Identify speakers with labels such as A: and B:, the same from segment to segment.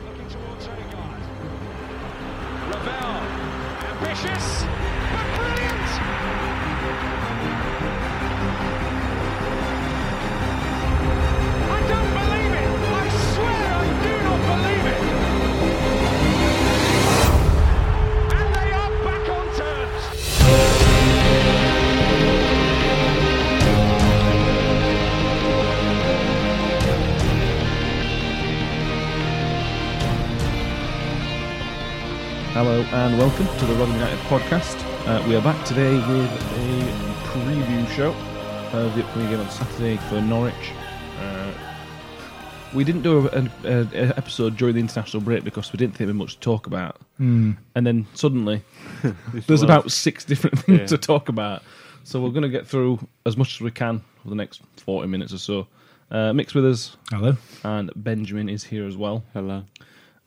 A: Looking towards Odegaard. Ravel, ambitious, but brilliant! I don't believe it! I swear I do not believe it! And they are back on terms!
B: Hello and welcome to the Rotherham United podcast. Uh, we are back today with a preview show uh, of the upcoming game on Saturday for Norwich. Uh, we didn't do an episode during the international break because we didn't think we had much to talk about, and then suddenly there's about six different things to talk about. So we're going to get through as much as we can over the next forty minutes or so. Uh, mixed with us,
C: Hello.
B: and Benjamin is here as well.
D: Hello.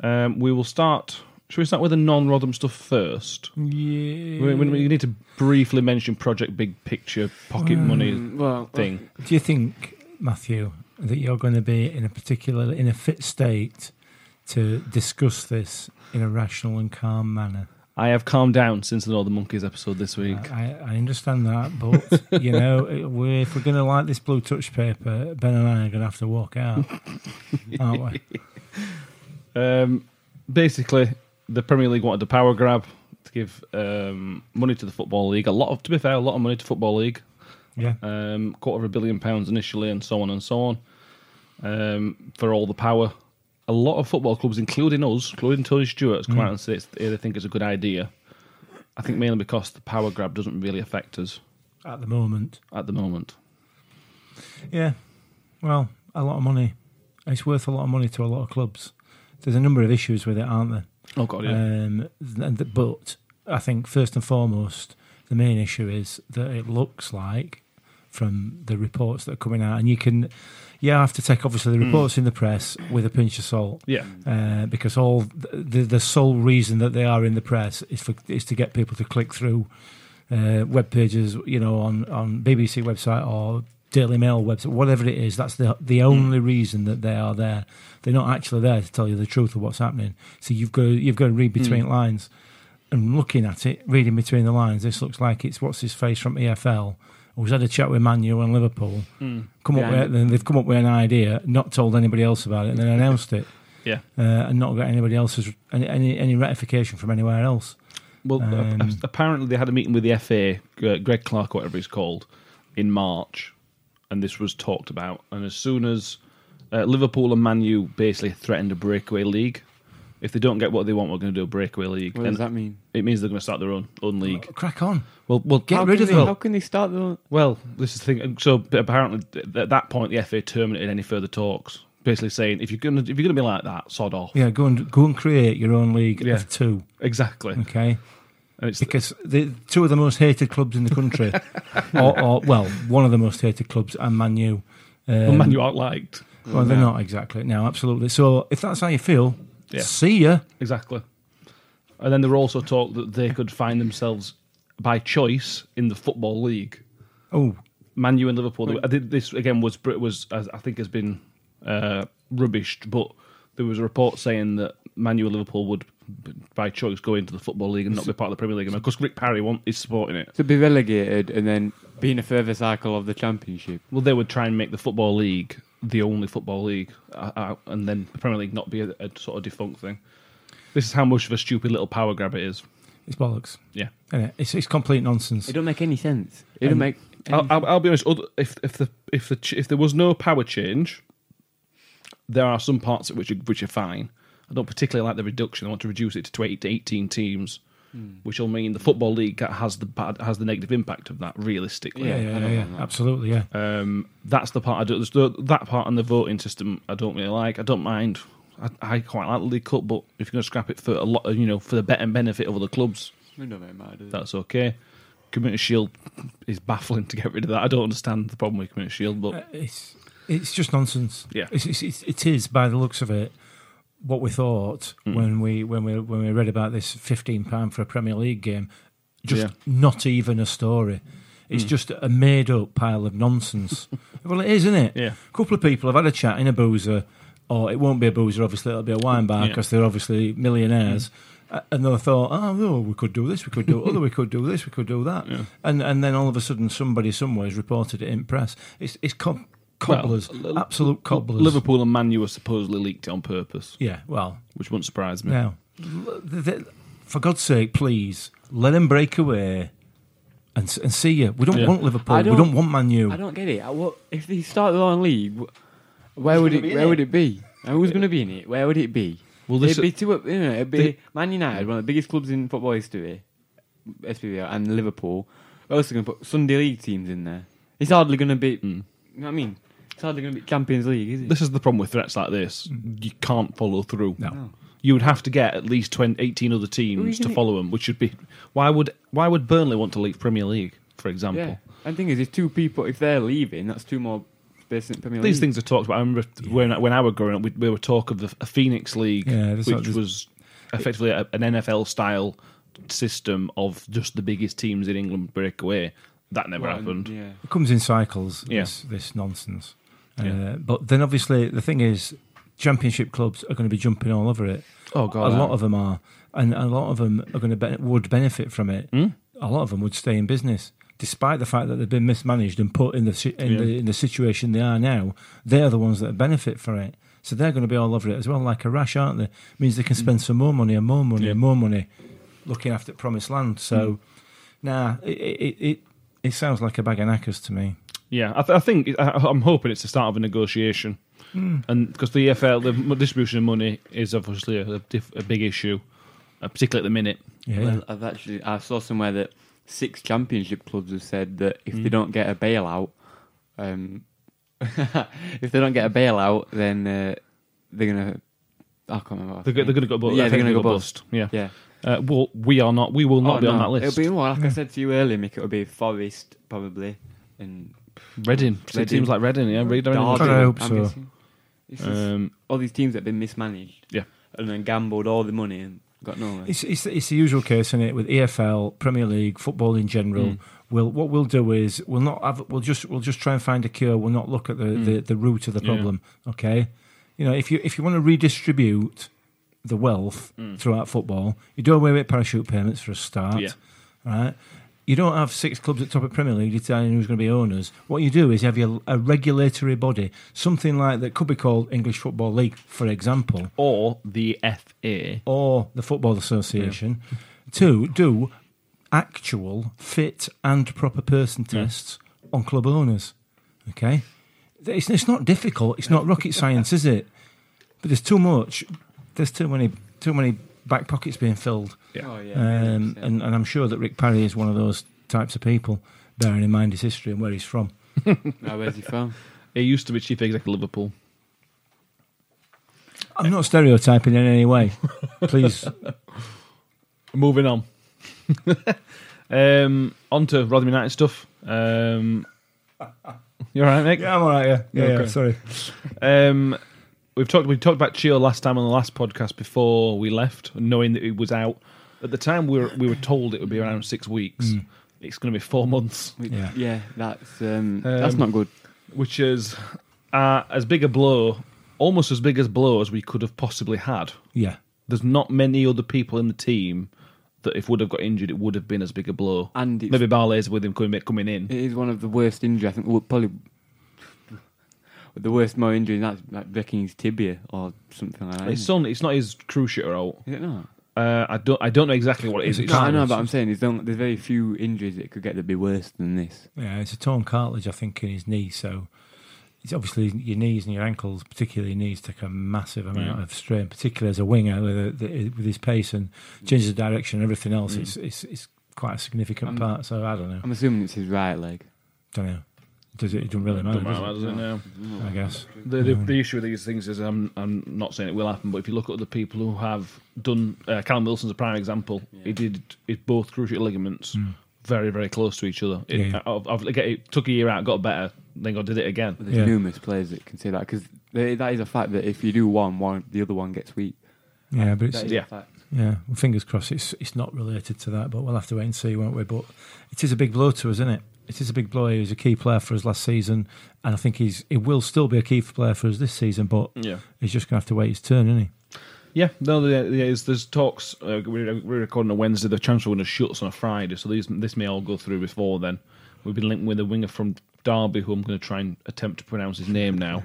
B: Um, we will start. Should we start with the non-Rodham stuff first?
C: Yeah.
B: We, we, we need to briefly mention Project Big Picture pocket money
D: Well,
B: thing.
C: Do you think, Matthew, that you're going to be in a particular, in a fit state to discuss this in a rational and calm manner?
B: I have calmed down since the Northern Monkeys episode this week.
C: I, I understand that, but you know, we if we're going to like this blue touch paper, Ben and I are going to have to walk out, aren't we?
B: Um, basically, the Premier League wanted a power grab to give um, money to the Football League. A lot of, to be fair, a lot of money to Football League.
C: Yeah.
B: um, quarter of a billion pounds initially, and so on and so on, um, for all the power. A lot of football clubs, including us, including Tony Stewart, has come out and said it's, they think it's a good idea. I think mainly because the power grab doesn't really affect us
C: At the moment,
B: at the moment.
C: yeah. Well, a lot of money. It's worth a lot of money to a lot of clubs. There's a number of issues with it, aren't there?
B: Oh god, yeah.
C: Um, th- th- but I think first and foremost, the main issue is that it looks like from the reports that are coming out, and you can, you have to take obviously the reports in the press with a pinch of salt.
B: yeah,
C: Uh, because all the the sole reason that they are in the press is for is to get people to click through uh, web pages, you know, on, on BBC website or Daily Mail website, whatever it is. That's the the only reason that they are there. They're not actually there to tell you the truth of what's happening. So you've got to, you've got to read between lines. And looking at it, reading between the lines, this looks like it's what's his face from E EFL. Who's had a chat with Manu and Liverpool? Come up
D: Yeah.
C: with, then they've come up with an idea, not told anybody else about it, and then announced it
B: yeah.
C: uh, and not got anybody else's any any, any ratification from anywhere else.
B: Well, a-
C: Um,
B: a- apparently they had a meeting with the FA, uh, Greg Clark, whatever he's called, in March, and this was talked about. And as soon as uh, Liverpool and Man U basically threatened a breakaway league, if they don't get what they want, we're going to do a breakaway league.
D: what
B: and
D: does that mean?
B: It means they're going to start their own own league.
C: Oh, Crack on.
B: Well, well,
C: Get
D: How
C: rid
D: can
C: of
D: they, How
C: them.
D: can they start the?
B: Well, this is the thing. So but apparently, th- at that point, the FA terminated any further talks, basically saying if you're going to if you're going to be like that, sod off.
C: Yeah, go and go and create your own league
B: Yeah.
C: of two.
B: Exactly.
C: Okay,
B: And it's
C: because the two of the most hated clubs in the country, or, or well, one of the most hated clubs, and Man U. Um,
B: well, Man U aren't liked.
C: Well, they're not exactly. No, absolutely. So if that's how you feel,
B: Yeah.
C: see ya.
B: Exactly. And then there were also talk that they could find themselves by choice in the football league.
C: Oh,
B: Man U and Liverpool. I think this again was was as I think has been uh, rubbished, but there was a report saying that Man U and Liverpool would by choice go into the football league and not be part of the Premier League. Because Rick Parry want, is supporting it.
D: To be relegated and then be in a further cycle of the championship.
B: Well, they would try and make the football league the only football league, uh, uh, and then the Premier League not be a, a sort of defunct thing. This is how much of a stupid little power grab it is.
C: It's bollocks.
B: Yeah.
C: innit? It's, it's complete nonsense.
D: It don't make any sense. It don't make.
B: I'll, I'll, I'll be honest. Other, if if the if the ch- if there was no power change, there are some parts which are, which are fine. I don't particularly like the reduction. I want to reduce it to 20, to eighteen teams,
C: Hmm.
B: which will mean the football league has the bad, has the negative impact of that. Realistically,
C: yeah, yeah, yeah, yeah, absolutely, yeah.
B: Um, that's the part I do. there's the- That part and the voting system I don't really like. I don't mind. I, I quite like the League Cup, but if you're going to scrap it for a lot, you know, for the better benefit of other clubs,
D: It don't make matter, does it?
B: that's okay. Community Shield is baffling to get rid of that. I don't understand the problem with Community Shield,
C: Uh,
B: but
C: It's it's just nonsense.
B: Yeah.
C: it's, it's, it's, it is by the looks of it what we thought
B: Hmm.
C: when we when we when we read about this fifteen pound for a Premier League game. Just
B: Yeah. Hmm.
C: not even a story. It's just a made up pile of nonsense. well, it is, isn't it?
B: Yeah.
C: A couple of people have had a chat in a boozer, or it won't be a boozer. Obviously, it'll be a wine bar
B: Yeah. Mm.
C: because they're obviously millionaires. A- And they thought, oh, no, we could do this, we could do other, we could do this, we could do that. And and then all of a sudden, somebody somewhere has reported it in press. It's it's co- cobblers,
B: Well, L-
C: absolute cobblers.
B: Liverpool and Man U were supposedly leaked on purpose,
C: Yeah, well,
B: which wouldn't surprise me.
C: now, l- th- th- for God's sake, please let him break away and s- and see you. We don't
B: Yeah.
C: want Liverpool.
D: I
C: we
D: don't-
C: don't want Man U.
D: I don't get it. I- What if they start their own league? wh- Where would it? Where would it be? And who's going to be in it? Where would it be?
B: Well,
D: Well,
B: this-
D: it'd be two. You know, it'd be
B: They-
D: Man United, one of the biggest clubs in football history, SPVL, and Liverpool. We're also going to put Sunday League teams in there. It's hardly going to be. You know what I mean? It's hardly going to be Champions League, is it?
B: This is the problem with threats like this. You can't follow through.
C: Mm. No. No.
B: You would have to get at least 20, 18 other
D: Who are you
B: teams to
D: gonna-
B: follow them, which would be why would why would Burnley want to leave Premier League, for example?
D: yeah. And the thing is, if two people, if they're leaving, that's two more space in the Premier
B: These
D: League.
B: things are talked about. I remember when, when I was growing up, we, we were talk of the a Phoenix League,
C: Yeah,
B: which
C: there's not- there's-
B: was effectively a, an NFL style system of just the biggest teams in England break away. That never
D: Well,
B: happened.
D: Yeah.
C: It comes in cycles.
B: Yeah.
C: This, this nonsense.
B: Yeah.
C: Uh, but then, obviously, the thing is, championship clubs are going to be jumping all over it.
B: Oh god,
C: a lot of them are, and a lot of them are going to be- would benefit from it.
B: Hmm?
C: A lot of them would stay in business, despite the fact that they've been mismanaged and put in the si- in,
B: Yeah.
C: the, in the situation they are now. They're the ones that benefit from it, so they're going to be all over it as well, like a rash, aren't they? Means they can
B: Hmm.
C: spend some more money and more money and more money looking after promised land. So,
B: Hmm.
C: nah, it it, it it sounds like a bag of knackers to me.
B: Yeah, I, th- I think I, I'm hoping it's the start of a negotiation, and because the EFL, the m- distribution of money is obviously a, a, diff- a big issue, uh, particularly at the minute.
C: Yeah,
D: Well, I've actually I saw somewhere that six championship clubs have said that if
C: Mm.
D: they don't get a bailout, um, if they don't get a bailout, then uh, they're gonna. I can't remember. what I
B: They're, go-
D: think.
B: they're going to go bust.
D: Yeah,
B: I
D: they're
B: think
D: gonna
B: they'll
D: go bust.
B: Yeah,
D: Yeah.
B: Uh, well, we are not. We will not
D: Oh,
B: be on
D: no.
B: that list.
D: It'll be well, like I said to you earlier, Mick. It'll be Forest probably and
B: Reading. So
D: Reading.
B: teams like Reading. Yeah, Reading.
D: Derby,
C: I hope
D: I'm
C: so.
D: guessing. It's just
B: Um,
D: all these teams that have been mismanaged.
B: Yeah.
D: And then gambled all the money and got nowhere.
C: It's, it's, it's the usual case, isn't it, with EFL, Premier League, football in general.
B: Mm.
C: We'll, what we'll do is we'll not have we'll just we'll just try and find a cure. We'll not look at the, the, the root of the
B: Mm. Yeah.
C: problem. Okay, you know if you if you want to redistribute the wealth throughout football, you do away with parachute payments for a start.
B: Mm. Yeah.
C: Right. You don't have six clubs at top of Premier League deciding who's going to be owners. What you do is you have your, a regulatory body, something like that could be called English Football League, for example
B: or the FA.
C: or the Football Association to do actual fit and proper person tests on club owners. Okay? It's, it's not difficult. It's not rocket science, is it? But there's too much. There's too many, too many back pockets being filled.
D: oh yeah.
C: Um,
D: 100%.
C: and, and I'm sure that Rick Parry is one of those types of people, bearing in mind his history and where he's from.
D: Now, where's he from?
B: He used to be chief executive of Liverpool.
C: I'm not stereotyping in any way. Please.
B: Moving on. um, on to Rotherham United stuff. Um, you all right, Nick?
C: yeah, I'm all right. Yeah. Yeah. yeah,
B: Okay.
C: sorry.
B: Um, we've talked we talked about Chio last time on the last podcast before we left, knowing that it was out. At the time, we were we were told it would be around six weeks. It's going to be four months,
D: We-
C: Yeah.
D: yeah, that's um, that's
B: Um,
D: not good.
B: which is uh, as big a blow, almost as big as blow as we could have possibly had
C: Yeah.
B: there's not many other people in the team that if would have got injured, it would have been as big a blow.
D: And it's-
B: maybe Barley's with him coming coming in.
D: It is one of the worst injuries. I think well, probably the worst more injury. That's like breaking his tibia or something like that.
B: It's
D: isn't
B: only it's not his cruciate out.
D: it? Is it not?
B: Uh, I don't I don't know exactly what it is. It's
D: No, I
B: just-
D: know, but I'm saying is don't- there's very few injuries that could get to be worse than this.
C: Yeah, it's a torn cartilage, I think, in his knee. So it's obviously your knees and your ankles, particularly your knees, take a massive amount of strain, particularly as a winger with, the, the, with his pace and changes of direction and everything else. It's, it's it's quite a significant
D: Um,
C: part. So I don't know.
D: I'm assuming it's his right leg.
C: don't know. Does it? It doesn't really matter.
B: Don't matter,
C: does
B: does it? No.
C: it? I guess.
B: The, the, the issue with these things is I'm I'm not saying it will happen, but if you look at other people who have done, uh, Callum Wilson's a prime example. He did it both cruciate ligaments very very close to each other. It,
C: Yeah.
B: I, I've, I get it took a year out, got better, then got did it again.
D: There's
C: Yeah.
D: numerous players that can say that because that is a fact that if you do one, one the other one gets weak.
C: Yeah, but it's
D: That is
B: Yeah.
D: a fact.
C: yeah. Well, fingers crossed. It's it's not related to that, but we'll have to wait and see, won't we? But it is a big blow to us, isn't it? It is a big blow. He was a key player for us last season, and I think he's he will still be a key player for us this season. But
B: Yeah.
C: he's just going to have to wait his turn, isn't he?
B: Yeah, no, there, there is, there's talks. Uh, we're, we're recording on Wednesday. The transfer window shuts on a Friday, so these, this may all go through before then. We've been linked with a winger from Derby, who I'm going to try and attempt to pronounce his name now.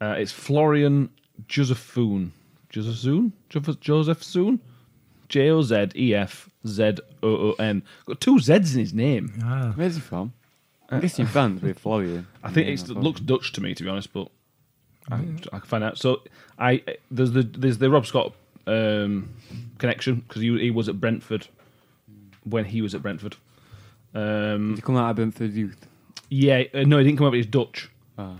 B: Uh, it's Florian Josephsoon. Josephsoon? Joseph- Josephsoon? J O Z E F Z O O N. Got two Z's in his name.
C: Ah,
D: Where's he from? I'm guessing France with Florian.
B: Uh, I think
D: Yeah, Mm.
B: it's, it
D: probably.
B: looks Dutch to me, to be honest, but I, I can find out. So I there's the there's the Rob Scott um, connection because he, he was at Brentford when he was at Brentford. Um,
D: Did he come out of Brentford youth?
B: yeah, uh, no, he didn't come over. He's Dutch.
D: Ah.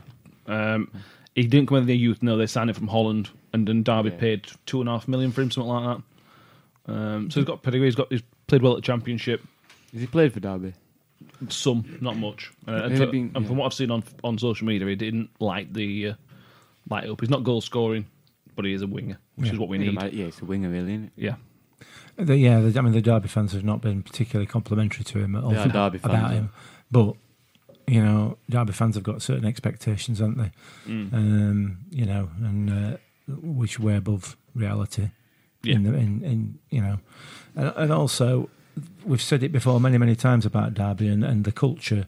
B: Um, he didn't come over their youth. No, they signed him from Holland, and then Derby
D: Yeah.
B: paid two and a half million for him, something like that. Um, so he's got pedigree. He's got he's played well at Championship.
D: Has he played for Derby?
B: Some, not much. Uh, and,
D: Maybe
B: so-
D: being-
B: and from
D: yeah.
B: what I've seen on on social media, he didn't light the uh, light up. He's not goal scoring, but he is a winger, which
C: Yeah.
B: is what we
D: Doesn't
B: need.
D: matter. Yeah, it's a winger, really. Isn't it?
B: Yeah,
C: the, yeah. The, I mean, the Derby fans have not been particularly complimentary to him at all
D: They are Derby
C: about
D: fans,
C: him, but. You know, Derby fans have got certain expectations, haven't they?
D: Mm.
C: Um, you know, and uh, which way above reality.
B: yeah.
C: in, the, in, in you know, and, and also we've said it before many many times about Derby and, and the culture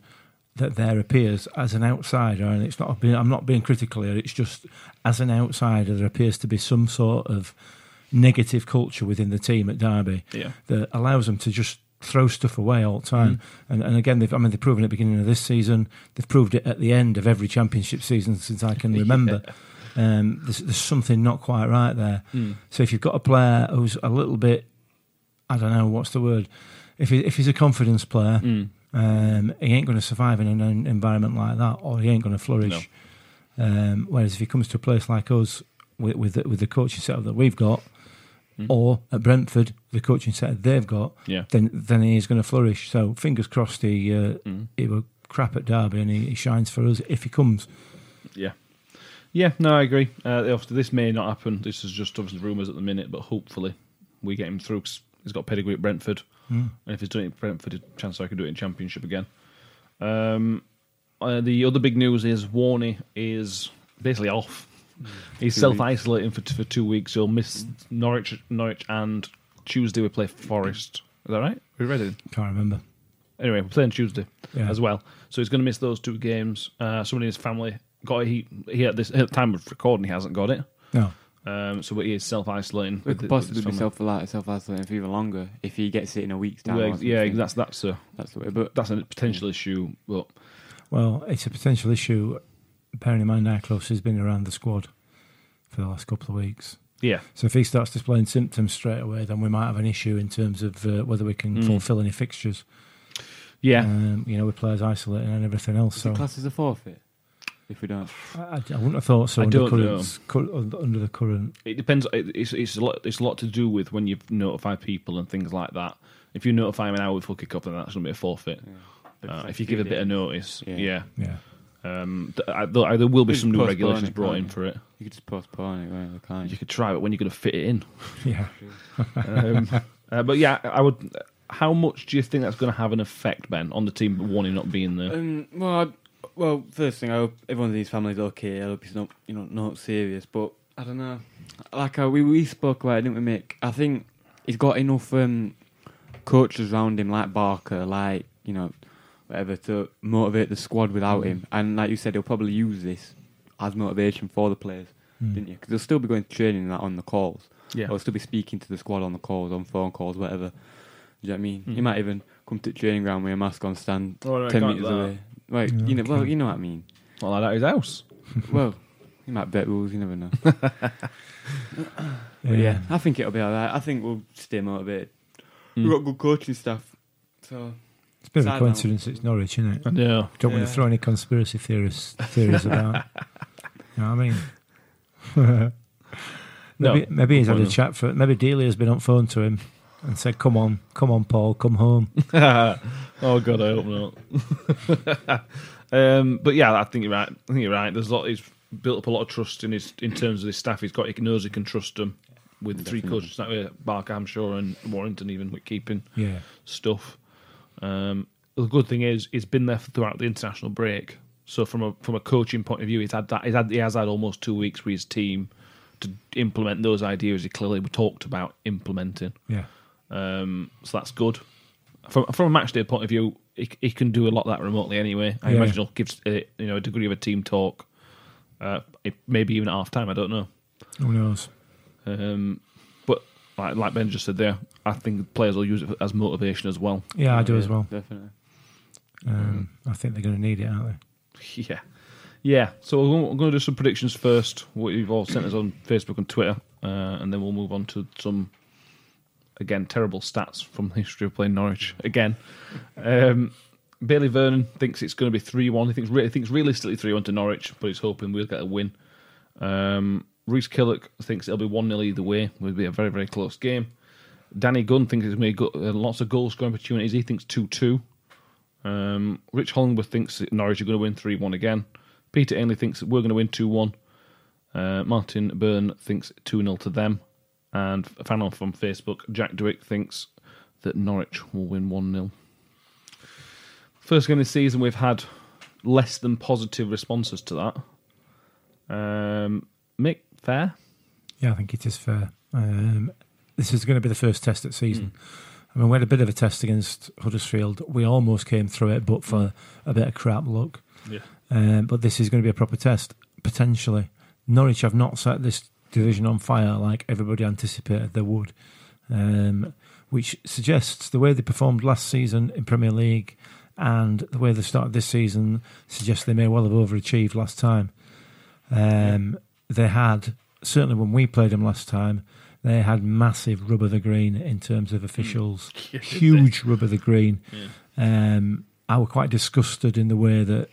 C: that there appears as an outsider, and it's not. Being, I'm not being critical here. It's just as an outsider, there appears to be some sort of negative culture within the team at Derby
B: Yeah. Mm.
C: that allows them to just throw stuff away all the time. And, and again, they've, I mean, they've proven it at the beginning of this season. They've proved it at the end of every championship season since I can remember. Um, there's, there's something not quite right there. So if you've got a player who's a little bit, I don't know what's the word, if he, if he's a confidence player, um, he ain't going to survive in an en- environment like that, or he ain't going to flourish. Um, whereas if he comes to a place like us with with the, with the coaching setup that we've got, or at Brentford the coaching setup they've got,
B: Yeah.
C: then then he is going to flourish. So fingers crossed he uh, he will crap at Derby and he, he shines for us if he comes.
B: Yeah. Yeah, no, I agree. Uh, obviously, this may not happen. This is just obviously rumours at the minute, but hopefully we get him through 'cause he's got pedigree at Brentford. And if he's doing it at Brentford, a chance I could do it in Championship again. Um, uh, the other big news is Warney is basically off. He's
D: Two
B: self isolating for, for two weeks. He'll miss Norwich, Norwich, and Tuesday we play Forest. Is that right? We read it.
C: Can't remember.
B: Anyway, we're playing Tuesday
C: Yeah.
B: as well, so he's going to miss those two games. Uh, somebody in his family got it. He, he at this at the time of recording, he hasn't got it.
C: No.
B: Um, so he is self isolating.
D: It could possibly be self self isolating for even longer if he gets it in a week's time. or
B: yeah,
D: something.
B: that's that's a
D: That's the way. But
B: that's a potential issue. But
C: Well, it's a potential issue. Bearing in mind, Nyclos has been around the squad for the last couple of weeks.
B: yeah,
C: So if he starts displaying symptoms straight away, then we might have an issue in terms of uh, whether we can fulfil any fixtures.
B: Hmm. yeah,
C: Um, you know, with players isolating and everything else.
D: so
C: So
D: the class is a forfeit if we don't.
C: I, I wouldn't have thought so.
B: I
C: under,
B: don't
C: current, cur- under- under the current,
B: it depends. It, it's it's a lot. It's a lot to do with when you notify people and things like that. If you notify him an hour before kick off, then that's going to be a forfeit.
D: But
B: Uh,
D: it's
B: if
D: like
B: you give a
D: three
B: bit of
D: days.
B: notice,
D: Yeah.
B: yeah,
C: yeah.
B: Um, th- I, though I- there will be
D: Just
B: some new
D: postpone
B: regulations
D: it,
B: brought
D: can't
B: in
D: you?
B: for it.
D: You could just postpone it, whatever kind.
B: You could try, but when you're going to fit it in?
C: Yeah.
B: Um, uh, but yeah, I would. How much do you think that's going to have an effect, Ben, on the team warning not being there?
D: Um, well, I'd, well, first thing, I hope everyone in his family's okay. I hope it's not, you know, not serious. But I don't know. like uh, we we spoke about, it, didn't we, Mick? I think he's got enough um, coaches around him, like Barker, like you know, whatever, to motivate the squad without him. And like you said, he'll probably use this as motivation for the players, didn't you? Because they'll still be going to training and that on the calls.
B: Yeah.
D: Or still be speaking to the squad on the calls, on phone calls, whatever. Do you know what I mean? He might even come to the training ground with a mask on, stand
B: Oh, no, I
D: ten
B: can't
D: meters
B: do that.
D: away. Like you know, well, you know what I mean.
B: Not like that at his house.
D: well, he might bet rules. You never know.
C: Yeah.
D: Yeah, I think it'll be all right. I think we'll stay motivated. We've got good coaching staff. So,
C: It's a bit of
D: Side
C: a
D: note.
C: coincidence. It's Norwich, isn't it?
B: Yeah.
C: Don't want to
D: Yeah.
C: throw any conspiracy theorists theories about. you know what I mean?
B: No,
C: maybe, maybe he's had a
B: wouldn't.
C: chat for. Maybe Delia's been on phone to him and said, "Come on, come on, Paul, come home."
B: oh god, I hope not. um, but yeah, I think you're right. I think you're right. There's a lot. He's built up a lot of trust in his in terms of his staff. He's got. He knows he can trust them with three coaches that way, Barker, I'm sure, and Warrington even with keeping
C: Yeah,
B: stuff. Um, the good thing is he's been there throughout the international break. So from a from a coaching point of view, he's had that he's had he has had almost two weeks with his team to implement those ideas he clearly talked about implementing.
C: yeah,
B: Um, so that's good. From from a match day point of view, he, he can do a lot of that remotely anyway. I
C: Yeah.
B: imagine he'll give uh, you know a degree of a team talk. Uh, it, maybe even at half time. I don't know.
C: who knows?
B: Um, but like, like Ben just said there, I think players will use it as motivation as well.
C: Yeah, I do as
D: yeah, Mm.
C: well.
D: Definitely.
C: Um, I think they're going to need it, aren't
B: Yeah, yeah. So we're going, we're going to do some predictions first. What you've all sent us on Facebook and Twitter, uh, and then we'll move on to some again terrible stats from the history of playing Norwich again. Um, Bailey Vernon thinks it's going to be three one. He thinks re- he thinks realistically three one to Norwich, but he's hoping we'll get a win. Um, Reese Killock thinks it'll be one 0 either way. It will be a very very close game. Danny Gunn thinks it's going to be go- uh, lots of goal scoring opportunities. He thinks two two. Um, Rich Hollingworth thinks that Norwich are going to win 3 1 again. Peter Ainley thinks that we're going to win 2 1. Uh, Martin Byrne thinks 2 0 to them. And a fan from Facebook, Jack Dewick, thinks that Norwich will win 1 0. First game of the season, we've had less than positive responses to that. Um, Mick, fair?
C: they? Yeah, I think it is fair. Um, this is going to be the first test of the season. I mean, we had a bit of a test against Huddersfield. We almost came through it, but for a bit of crap luck.
B: Yeah.
C: Um, but this is going to be a proper test, potentially. Norwich have not set this division on fire like everybody anticipated they would, um, which suggests the way they performed last season in Premier League and the way they started this season suggests they may well have overachieved last time. Um, They had, certainly when we played them last time, they had massive rub of the green in terms of officials, huge rub of the green. Um, I were quite disgusted in the way that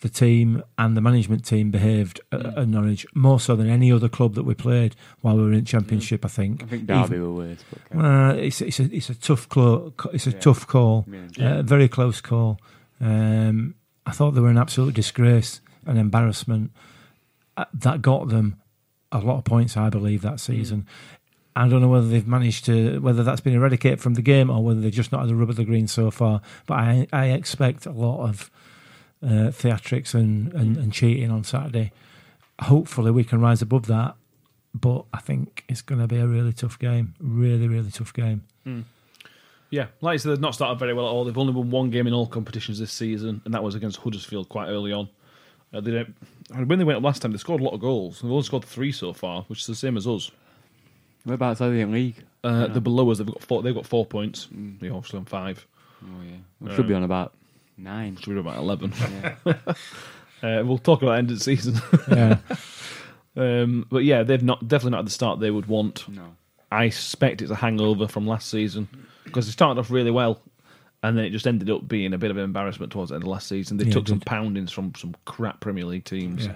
C: the team and the management team behaved at, at Norwich more so than any other club that we played while we were in the Championship. I think.
D: I think
C: Even-
D: Derby were worse. But okay.
C: well, Uh, it's it's a it's a tough clo- it's a
D: Yeah.
C: tough call,
D: Yeah.
C: uh, very close call. Um, I thought they were an absolute disgrace, an embarrassment Uh, that got them a lot of points, I believe,
D: Hmm.
C: that season. I don't know whether they've managed to whether that's been eradicated from the game or whether they've just not had the rub of the green so far. But I I expect a lot of uh, theatrics and,
D: Hmm.
C: and, and cheating on Saturday. Hopefully, we can rise above that. But I think it's going to be a really tough game. Really, really tough game.
B: Yeah, like you said, they've not started very well at all. They've only won one game in all competitions this season, and that was against Huddersfield quite early on. Uh, they don't, and when they went up last time, they scored a lot of goals. They've only scored three so far, which is the same as us.
D: Whereabouts are they in league?
B: Uh, They're below us. They've got four. They've got four points. They're obviously on five.
D: Oh yeah, we should be on about nine.
B: Should be about eleven.
D: Yeah.
B: uh, we'll talk about end of the season.
C: Yeah,
B: um, but yeah, they've not definitely not at the start they would want.
D: no.
B: I suspect it's a hangover from last season because they started off really well and then it just ended up being a bit of an embarrassment towards the end of last season. They
C: Yeah,
B: took
C: it
B: some
C: did.
B: poundings from some crap Premier League teams.
C: Yeah.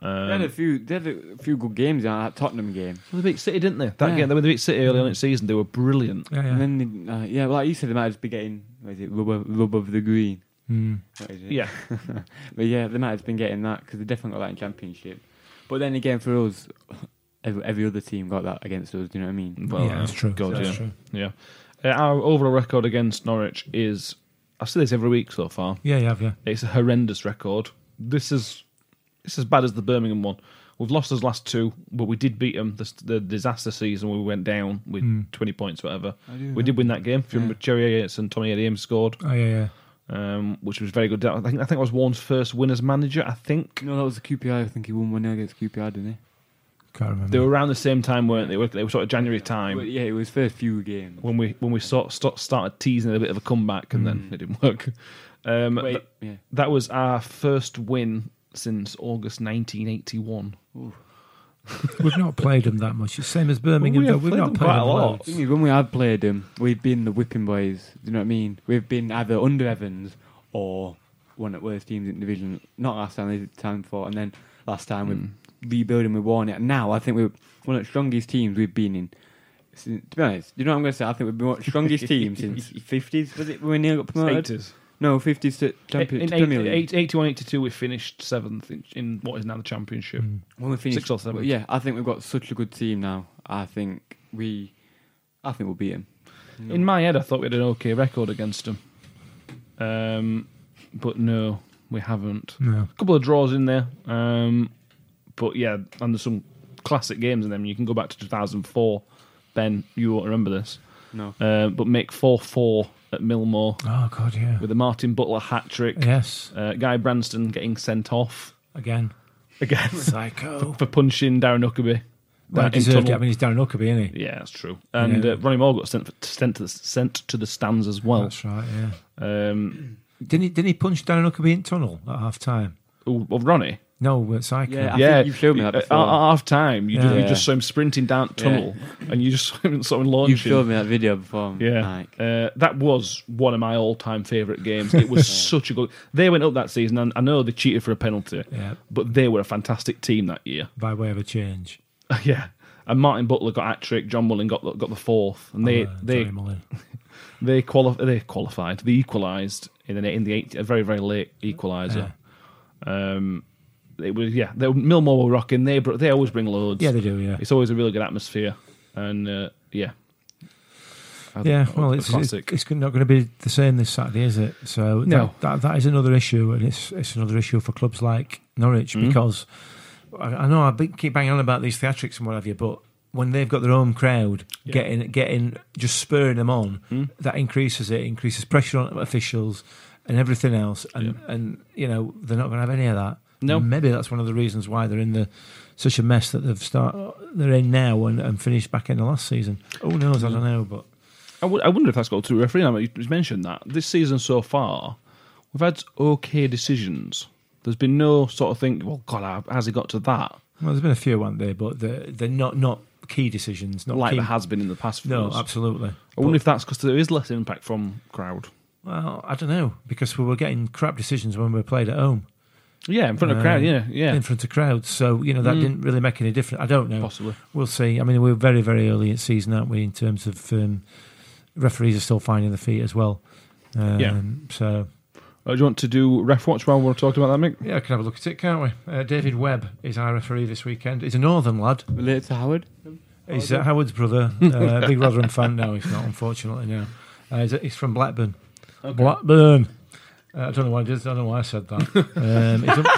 D: they
B: Um,
D: had a few. They had a few good games. uh, That Tottenham game.
B: Well, they beat City, didn't they? That
D: Yeah.
B: game, when they beat City early on in the season, they were brilliant.
C: yeah, yeah.
D: And then, they, uh, yeah, like you said, they might just be getting what is it, rub of, rub of the green.
C: Mm.
D: What is it?
B: Yeah,
D: But yeah, they might have been getting that because they definitely got that in Championship. But then again, for us, every, every other team got that against us. Do you know what I mean?
B: well, uh,
C: yeah, that's true.
B: God,
C: that's
B: yeah.
C: true.
B: Yeah. Uh, our overall record against Norwich is, I say this every week so far,
C: Yeah, yeah, yeah.
B: It's a horrendous record. This is it's as bad as the Birmingham one. We've lost those last two, but we did beat them the, the disaster season we went down with
D: Hmm.
B: 20 points, whatever. We did win that game. If you remember, Cherry Yates and Tommy Adams scored,
C: Oh yeah, yeah.
B: um, which was very good. I think I think that was Warren's first win as manager, I think.
D: No, that was the QPI. I think he won one 0 against QPI, didn't he?
C: Can't remember.
B: They were around the same time, weren't they? They were- They were sort of January time.
D: But yeah, it was first few games.
B: when we when we sort st- started teasing a bit of a comeback, and then it didn't work. Um,
D: Hmm. Wait,
B: th-
D: yeah.
B: that was our first win since August 1981.
C: We've not played them that much. It's same as Birmingham.
B: Well, we
C: though. We've
B: have
C: not
B: played them
C: played
B: quite a
C: them
B: lot.
D: Thing is, when we have played them, we've been the whipping boys. Do you know what I mean? We've been either under Evans or one at worst teams in division. Not last time, the time before, and then last time
B: Mm.
D: we rebuilding with Warnock. Now I think we're one of the strongest teams we've been in. Since, to be honest, you know what I'm going to say. I think we've been one of the strongest team since 50s. Was it when we nearly got promoted?
B: 80s.
D: No, 50s to Champions
B: In
D: Premier League.
B: 81 82, we finished seventh in, in what is now the championship.
D: When we finish,
B: Six or seven.
D: Yeah, I think we've got such a good team now. I think we, I think we'll beat him.
B: In my head, I thought we had an okay record against them, um, but no, we haven't.
C: No.
B: couple of draws in there. Um, but yeah, and there's some classic games in them. You can go back to 2004. Ben, you won't remember this.
D: No.
B: Uh, but make 4 4 at Millmore
C: Oh god, yeah.
B: with a Martin Butler hat trick.
C: Yes,
B: Uh, Guy Branston getting sent off
C: again,
B: again
C: psycho.
B: for punching Darren Huckabee.
C: well,
B: Down
C: he
B: in
C: deserved it. I
B: tunnel.
C: mean, he's Darren Huckabee, isn't he?
B: yeah, that's true. And
C: Yeah.
B: uh, Ronnie Moore got sent, for, sent, to the, sent to the stands as well.
C: That's right. Yeah.
B: Um,
C: Didn't he? Didn't he punch Darren Huckabee in tunnel at half time?
B: oh, oh, Ronnie,
C: No, we're psycho.
D: Yeah, I
B: yeah, Uh,
D: think you've showed me that
B: At-
D: before.
B: At, half time, you, Just, you
C: Yeah.
B: just saw him sprinting down the tunnel, and you just saw him, saw him
D: You've
B: launching.
D: showed me that video before.
B: Yeah,
D: Mike.
B: uh, that was one of my all-time favorite games. It was such a good. They went up that season, and I know they cheated for a penalty,
C: Yeah.
B: but they were a fantastic team that year.
C: By way of a change.
B: yeah, and Martin Butler got hat trick. John Mullen got the, got the fourth, and they
C: Uh,
B: they
C: Johnny Mullin.
B: they quali- they qualified. They equalised in the in the eight, a very very late equaliser. Um, it was yeah. They, Millmore were rocking. They br- they always bring loads.
C: Yeah, they do. Yeah.
B: It's always a really good atmosphere, and uh, yeah. I-
C: Yeah,
B: a
C: well, it's, it's,
B: classic.
C: it's not going to be the same this Saturday, is it? So
B: No.
C: that, that, that is another issue, and it's it's another issue for clubs like Norwich
B: Mm.
C: because I, I know I be- keep banging on about these theatrics and what have you, but when they've got their own crowd getting getting just spurring them on,
B: Mm.
C: that increases it, increases pressure on officials and everything else, and and you know they're not going to have any of that.
B: No.
C: maybe that's one of the reasons why they're in the such a mess that they've start they're in now and, and finished back in the last season. Who knows?
B: Mm.
C: I don't know, but.
B: I, w- I wonder if that's got to do with refereeing. I mean, you mentioned that this season so far, we've had okay decisions. There's been no sort of thing. Well, God, how- how's it got to that?
C: Well, there's been a few, haven't there? But they're, they're not not key decisions. Not
B: Like
C: key,
B: there has been in the past. For
C: No,
B: us.
C: absolutely.
B: I wonder if that's because there is less impact from crowd.
C: Well, I don't know because we were getting crap decisions when we played at home
B: Yeah, in front of crowd.
C: Um,
B: Yeah, yeah. Mm.
C: in front of crowds. So you know that didn't really make any difference. I don't know.
B: Possibly.
C: We'll see. I mean, we're very very early in season, aren't we? In terms of um, referees are still finding the feet as well. Um,
B: Yeah.
C: So
B: Uh, do you want to do ref watch while we're talking about that, Mick?
C: yeah, I can have a look at it, can't we? Uh, David Webb is our referee this weekend. He's a Northern lad.
D: Related to Howard.
C: He's uh, Howard's brother, uh, big Rotherham fan. No, he's not, unfortunately. No, uh, he's, he's from Blackburn. Blackburn. Uh, I don't know why I did. I don't know why I said that.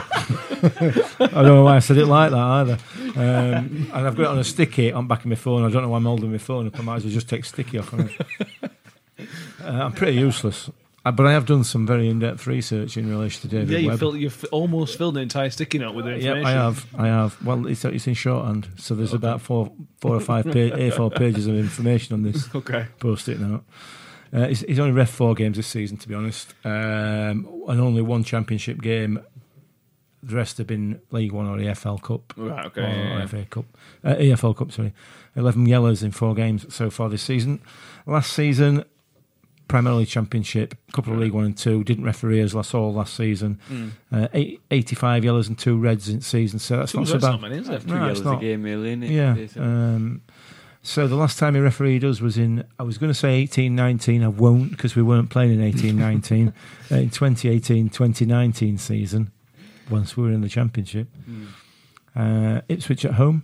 C: Um, it's a- I don't know why I said it like that either. Um, and I've got it on a sticky on the back of my phone. I don't know why I'm holding my phone up. I might as well just take sticky off. haven't I? Uh, I'm pretty useless, uh, but I have done some very in-depth research in relation to David Webb.
B: you've almost filled the entire sticky note with the
C: Yeah, I have. I have. Well, it's, it's in shorthand, so there's about four, four or five pa- A4 pages of information on this
B: Okay.
C: post-it note. Uh, he's, he's only ref four games this season, to be honest, um, and only one championship game. The rest have been League One or EFL Cup,
B: Right, okay,
C: or,
B: yeah, yeah.
C: or FA Cup, uh, EFL Cup. Sorry, eleven yellows in four games so far this season. Last season, primarily Championship, a couple of League One and Two. Didn't referee as last all last season.
B: Hmm.
C: Uh, eight, Eighty-five yellows and two reds in season. So that's not so
B: That's
C: bad.
B: not many, is it?
C: No, it's
D: yellows a
C: not.
D: game, really, innit?
C: Yeah.
D: They said-
C: Um, so the last time he refereed us was in, I was going to say 18 19. I won't because we weren't playing in 18 19. uh, in 2018 2019 season, once we were in the
B: Hmm.
C: Championship. Uh, Ipswich at home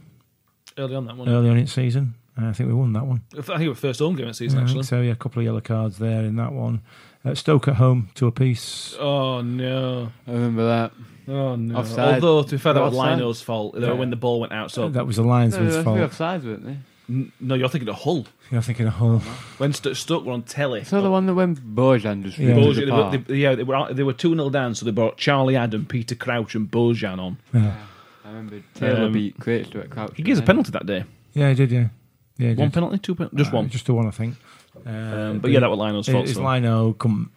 B: Early on that one.
C: early on in season. Uh, I think we won that one.
B: I think it was first home game of the
C: Yeah,
B: season,
C: I think
B: actually.
C: so yeah, a couple of yellow cards there in that one. Uh, Stoke at home, two apiece.
B: Oh no!
D: I remember that.
B: Oh no!
D: Offside.
B: Although to be fair, that was
D: Offside.
B: Lino's fault. though,
C: Yeah.
B: When the ball went out, so
C: that was the
D: No, no,
C: Lions'
D: no,
C: fault.
D: we were offsides, weren't they?
B: N- no, you're thinking of Hull.
C: You're thinking, oh,
B: When St- Stoke were on telly.
D: So the one that went Bojan just
C: Yeah.
D: yeah.
B: Bojan,
D: the
B: they
D: park.
B: were, they, yeah, they were out, they were two 0 down, so they brought Charlie Adam, Peter Crouch, and Bojan on.
C: yeah.
D: I remember Taylor
B: Um,
D: beat Crater at Crouch.
B: He gives a penalty that day.
C: yeah, he did, yeah. yeah he
B: One
C: did.
B: penalty, two penalties, just
C: Uh,
B: one.
C: Just the one, I think. Uh,
B: um, but yeah, that was Lino's fault.
C: It's
B: so-
C: Lino come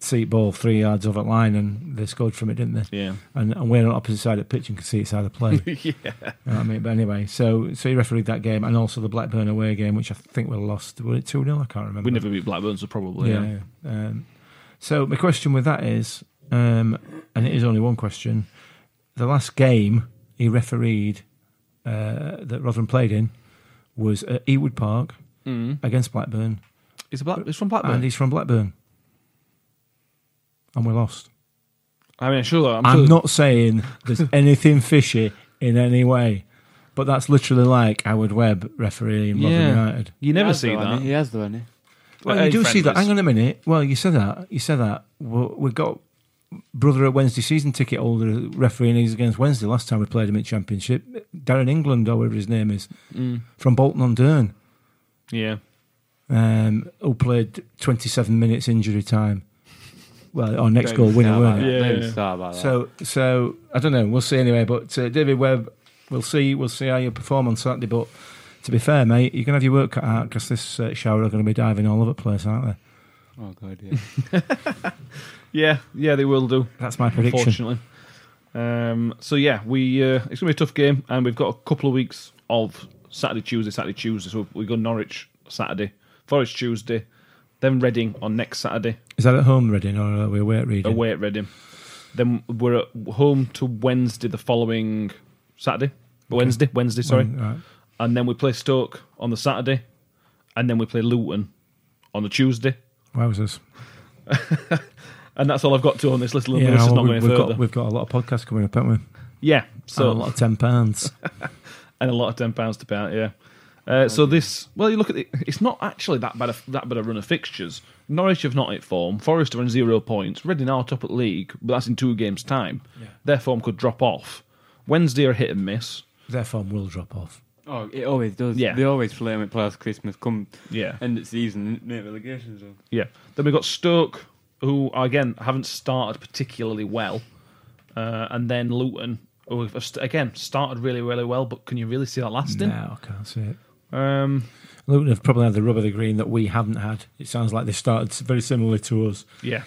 C: seat ball three yards off at line, and they scored from it, didn't they?
B: yeah.
C: And, and we're on the opposite side of the pitch and can see it's out of play.
B: yeah.
C: You know what I mean, but anyway, so so he refereed that game and also the Blackburn away game, which I think we lost. Were it two 0 I can't remember.
B: We never beat Blackburn, so probably. Yeah.
C: yeah. Um, so my question with that is, um, and it is only one question: the last game he refereed uh, that Rotherham played in was at Ewood Park
B: Mm.
C: against Blackburn,
B: It's, a Black, it's from
C: and
B: Blackburn.
C: he's from Blackburn, and we lost.
B: I mean, sure. though, I'm,
C: I'm
B: sure
C: not saying there's anything fishy in any way, but that's literally like Howard Webb refereeing
B: Yeah.
C: Rotherham United.
B: You
D: He
B: never
D: has
B: see
D: though, hasn't
B: that.
D: He He has eh? though, hasn't he?
C: Well,
B: Hey,
C: you do see that.
B: friendlies.
C: Hang on a minute. Well, you said that. You said that. We we got brother at Wednesday season ticket holder refereeing these against Wednesday last time we played him at Championship. Darren England, or whatever his name is,
B: Mm.
C: from Bolton on Dern,
B: Yeah.
C: um, who played 27 minutes injury time. Well, our next
D: Don't
C: goal
D: even
C: winner,
D: start
C: weren't it?
D: about that.
B: Yeah,
D: Don't even
B: yeah.
D: start about that.
C: So, so I don't know. We'll see anyway. But uh, David Webb, we'll see. We'll see how you perform on Saturday. But to be fair, mate, you're gonna have your work cut out because this uh, shower are gonna be diving all over the place, aren't they?
D: oh god, yeah.
B: Yeah. Yeah, they will do.
C: That's my prediction.
B: Unfortunately. Um, so yeah, we uh, it's gonna be a tough game, and we've got a couple of weeks of Saturday, Tuesday, Saturday, Tuesday. So we go Norwich Saturday, Forest Tuesday, then Reading on next Saturday,
C: Is that at home reading or are we away at reading?
B: away at Reading. Then we're at home to Wednesday the following Saturday, Wednesday, Wednesday, sorry,
C: Mm, Right.
B: and then we play Stoke on the Saturday, and then we play Luton on the Tuesday,
C: Wowzers.
B: and that's all I've got to on this list. London.
C: Yeah,
B: this is
C: well,
B: not
C: we,
B: going
C: have
B: further.
C: got, we've got a lot of podcasts coming up, haven't we? Oh,
B: yeah,
C: So
B: so
C: a lot of ten pounds.
B: and a lot of ten pounds to pay out. Yeah.
C: Oh,
B: Uh, so this, well, you look at it. It's not actually that bad. A, that bad a run of fixtures. Norwich have not hit form. Forest are in zero points. Reading are top of the league, but that's in two games' time. Their form could drop off. Wednesday are hit and miss.
C: Their form will drop off.
D: Oh, it always does.
B: Yeah.
D: Yeah. They always flirting with playoffs Christmas, come
B: Yeah.
D: end of season, make relegations. So.
B: Yeah. Then we've got Stoke, who again haven't started particularly well, uh, and then Luton, who have st- again started really, really well. But can you really see that lasting?
C: No, I can't see it.
B: Um,
C: Luton have probably had the rub of the green that we haven't had. It sounds like they started very similarly to us
B: yeah.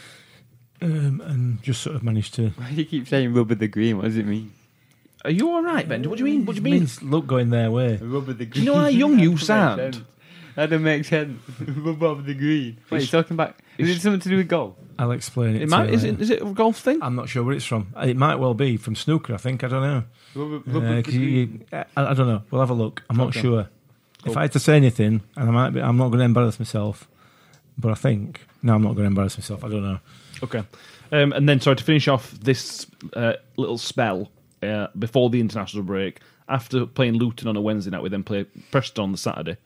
C: um, and just sort of managed to.
D: Why do you keep saying rub of the green? What does it mean?
B: Are you all right, Ben? What do you mean? What do you mean?
C: Means look going their way.
D: Rub of the
B: you
D: green.
B: know how young you
D: That
B: sound?
D: makes sense. That don't make sense. rub of the green. What are you
B: It's-
D: talking about? Is it something to do with golf?
C: I'll explain it.
B: It
C: to
B: might.
C: you
B: Is
C: later.
B: it, is it a golf thing?
C: I'm not sure where it's from. It might well be from snooker. I think. I don't know.
D: Rub of, rub
C: Uh,
D: of
C: 'cause
D: the
C: you,
D: green.
C: you- I, I don't know. We'll have a look. I'm not
B: Okay.
C: sure. If I had to say anything, and I might be, I'm not going to embarrass myself, but I think no, I'm not going to embarrass myself. I don't know.
B: Okay. Um, and then, sorry, to finish off this uh, little spell uh, before the international break, after playing Luton on a Wednesday night, we then play Preston on the Saturday,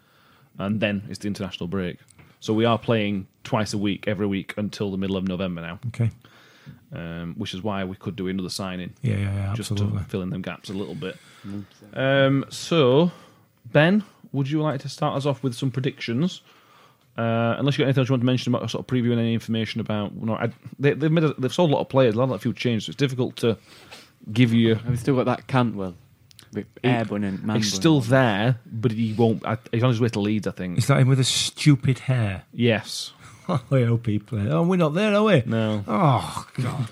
B: and then it's the international break. So we are playing twice a week, every week until the middle of November now,
C: Okay.
B: um, which is why we could do another signing
C: Yeah, yeah, yeah.
B: just um,
C: Absolutely.
B: to fill in them gaps a little bit. Um, so, Ben, would you like to start us off with some predictions? Uh, unless you got anything else you want to mention about sort of previewing any information about, you know, I, they, they've made a, they've sold a lot of players, a lot of few changes. So it's difficult to give you.
D: Have we still got that Cantwell? With Airbun and Man.
B: He's still there, but he won't. I, he's on his way to Leeds, I think.
C: Is that him with a stupid hair?
B: Yes.
C: Oh, I hope he plays. Oh, we're not there, are we?
B: No.
C: Oh God.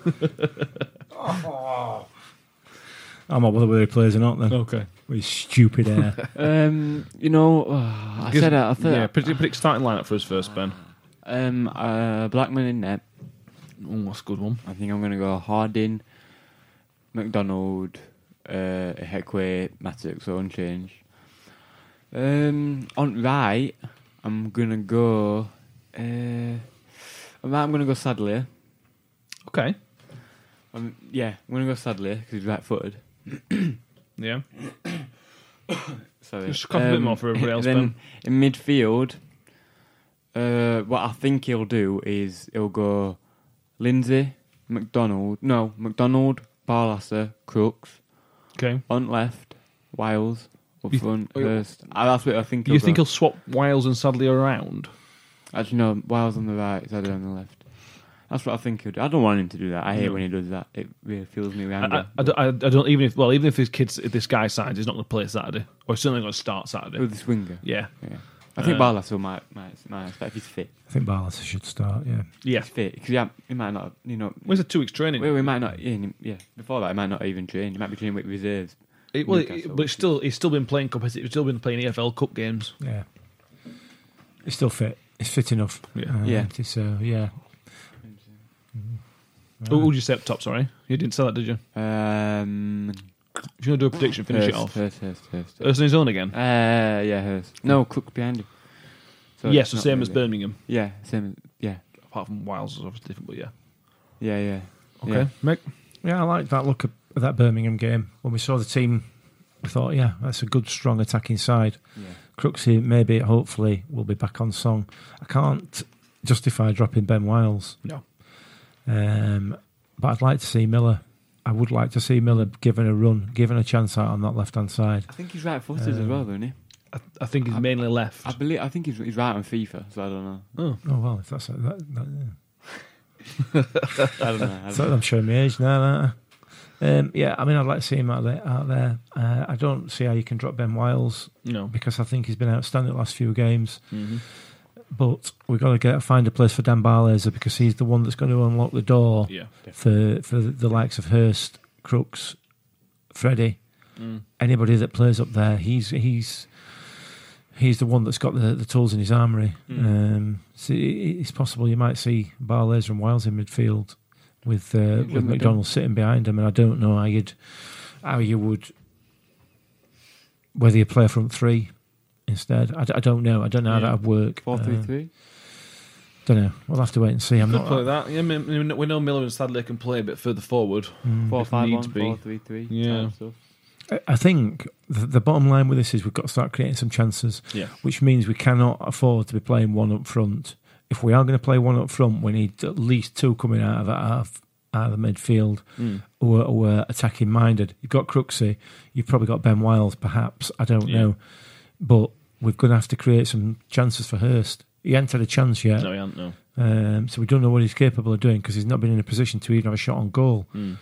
C: oh. I'm not bothered whether he plays or not then.
B: Okay.
C: With his stupid hair.
D: Um, you know, uh, I said it. I thought
B: yeah. Predict, predict starting lineup for us first, Ben.
D: um, uh, Blackman in net.
B: Oh, that's a good one.
D: I think I'm going to go Hardin, McDonald, uh, Heckway, Matic, so unchanged. Um, on right, I'm going to go. Uh, on right, I'm going to go Sadler.
B: Okay.
D: Um, yeah, I'm going to go Sadler because he's right footed.
B: Yeah.
D: Sorry.
B: Just cough a bit more for everybody else,
D: um, Then in midfield, uh, what I think he'll do is he'll go Lindsay, McDonald, no McDonald, Barlasser, Crooks
B: Okay.
D: on left, Wiles up
B: You-
D: front,
B: oh, yeah.
D: Hurst. Uh, that's what I think. He'll
B: You think
D: go.
B: he'll swap Wiles and Sadly around?
D: Actually, no, Wiles on the right, Zadie on the left. That's what I think he'll do. I don't want him to do that. I hate when he does that. It really fuels me with anger.
B: I, I, I- I don't even if well even if his kids if this guy signs he's not going to play Saturday or he's certainly going to start Saturday.
D: with Oh, the swinger.
B: Yeah,
D: Yeah. I think
B: Uh,
D: Barlasser might, might, might, if he's fit.
C: I think Barlas should start. Yeah,
B: yeah.
D: He's fit. Because yeah, he might not, you know,
B: Where's the two weeks training?
D: Well, we might not. Yeah, yeah, before that, I might not even train. You might be training with reserves.
B: It- well, it-
D: Newcastle.
B: but it's still he's still been playing competitive. He's still been playing EFL Cup games.
C: yeah. He's still fit. He's fit enough.
B: Yeah.
C: Uh,
D: Yeah.
C: So yeah,
B: Who would you say up top? Sorry, you didn't say that, did you?
D: Um,
B: If you want to do a prediction, finish
D: Hurst,
B: it off.
D: Hurst, Hurst, Hurst. Hurst.
B: Erson his own again.
D: Uh, yeah, Hurst. No, Cook behind him. So
B: yeah,
D: it's
B: so
D: not
B: same as
D: really-
B: Birmingham,
D: Yeah, same. As, yeah,
B: apart from Wales is obviously different, but yeah.
D: yeah, yeah.
B: Okay,
D: Yeah.
B: Mick.
C: yeah. I like that look of of that Birmingham game when we saw the team. I thought, yeah, that's a good, strong attacking side.
D: Yeah.
C: Crooksy maybe, hopefully, will be back on song. I can't justify dropping Ben Wiles.
B: No.
C: Um, but I'd like to see Miller. I would like to see Miller given a run, given a chance out on that left hand side.
D: I think he's right-footed as
C: Um,
D: well, isn't he?
B: I, I think he's mainly left.
D: I believe. I think he's he's right on FIFA. So I don't know.
B: oh,
C: Oh well, if that's that, that, yeah.
D: I don't know. I don't
C: So
D: know.
C: I'm showing my age now. aren't I? Um, yeah, I mean, I'd like to see him out there. Out there. Uh, I don't see how you can drop Ben Wiles
B: no.
C: because I think he's been outstanding the last few games.
B: Mm-hmm.
C: But we've got to get find a place for Dan Barlaser because he's the one that's going to unlock the door
B: Yeah.
C: for for the likes of Hurst, Crooks, Freddie,
B: Mm.
C: anybody that plays up there. He's he's he's the one that's got the, the tools in his armory.
D: Hmm.
C: Um, so i- i- it's possible you might see Barlaser and Wiles in midfield with uh,
D: wouldn't
C: with
D: be
C: McDonald sitting behind him, and I don't know how you'd how you would whether you play front three instead. I, d- I don't know. I don't know how
B: Yeah.
C: that would work. Uh,
D: Four three three.
C: Don't know. We'll have to wait and see. I'm
B: Could
C: not.
B: play that. Yeah, I mean, we know- we know Miller and Sadler can play a bit further forward.
C: Mm.
D: Four
B: Uh, if
D: five
B: needs
D: one.
B: be.
D: Four three three.
B: Yeah.
D: type stuff.
C: I- I think the, the bottom line with this is we've got to start creating some chances,
B: Yeah.
C: which means we cannot afford to be playing one up front. If we are going to play one up front, we need at least two coming out of out of, out of the midfield
B: Hmm.
C: who, are, who are attacking minded. You've got Crooksy, you've probably got Ben Wiles, perhaps I don't
B: Yeah.
C: know, but we're going to have to create some chances for Hurst. He ain't had a chance yet,
B: No, he hasn't. No.
C: um, so we don't know what he's capable of doing because he's not been in a position to even have a shot on goal.
B: Mm.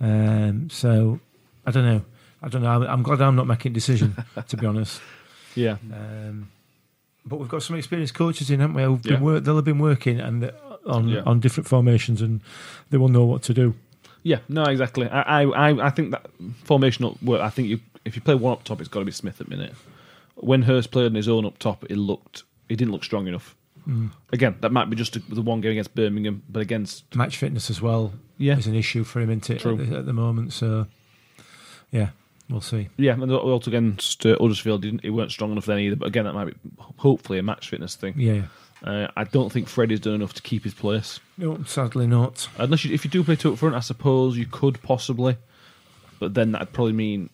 C: Um, so I don't know. I don't know. I'm, I'm glad I'm not making a decision, to be honest.
B: Yeah.
C: Um, but we've got some experienced coaches in, haven't we? Who've been
B: Yeah.
C: work, they'll have been working and the- on
B: Yeah.
C: on different formations, and they will know what to do.
B: Yeah, no, exactly. I, I, I- I think that formational work. I think you, if you play one up top, it's got to be Smith at minute. When Hurst played on his own up top, it looked, it didn't look strong enough.
C: Mm.
B: Again, that might be just the one game against Birmingham, but against
C: Match fitness as well
B: yeah,
C: is an issue for him isn't it,
B: True.
C: at, the, at the moment. So yeah, we'll see.
B: yeah, and also against uh, Huddersfield, he didn't, it weren't strong enough then either. But again, that might be hopefully a match fitness thing.
C: Yeah,
B: Uh, I don't think Freddie's done enough to keep his place.
C: no, sadly not.
B: Unless you, if you do play two up front, I suppose you could possibly, but then that'd probably mean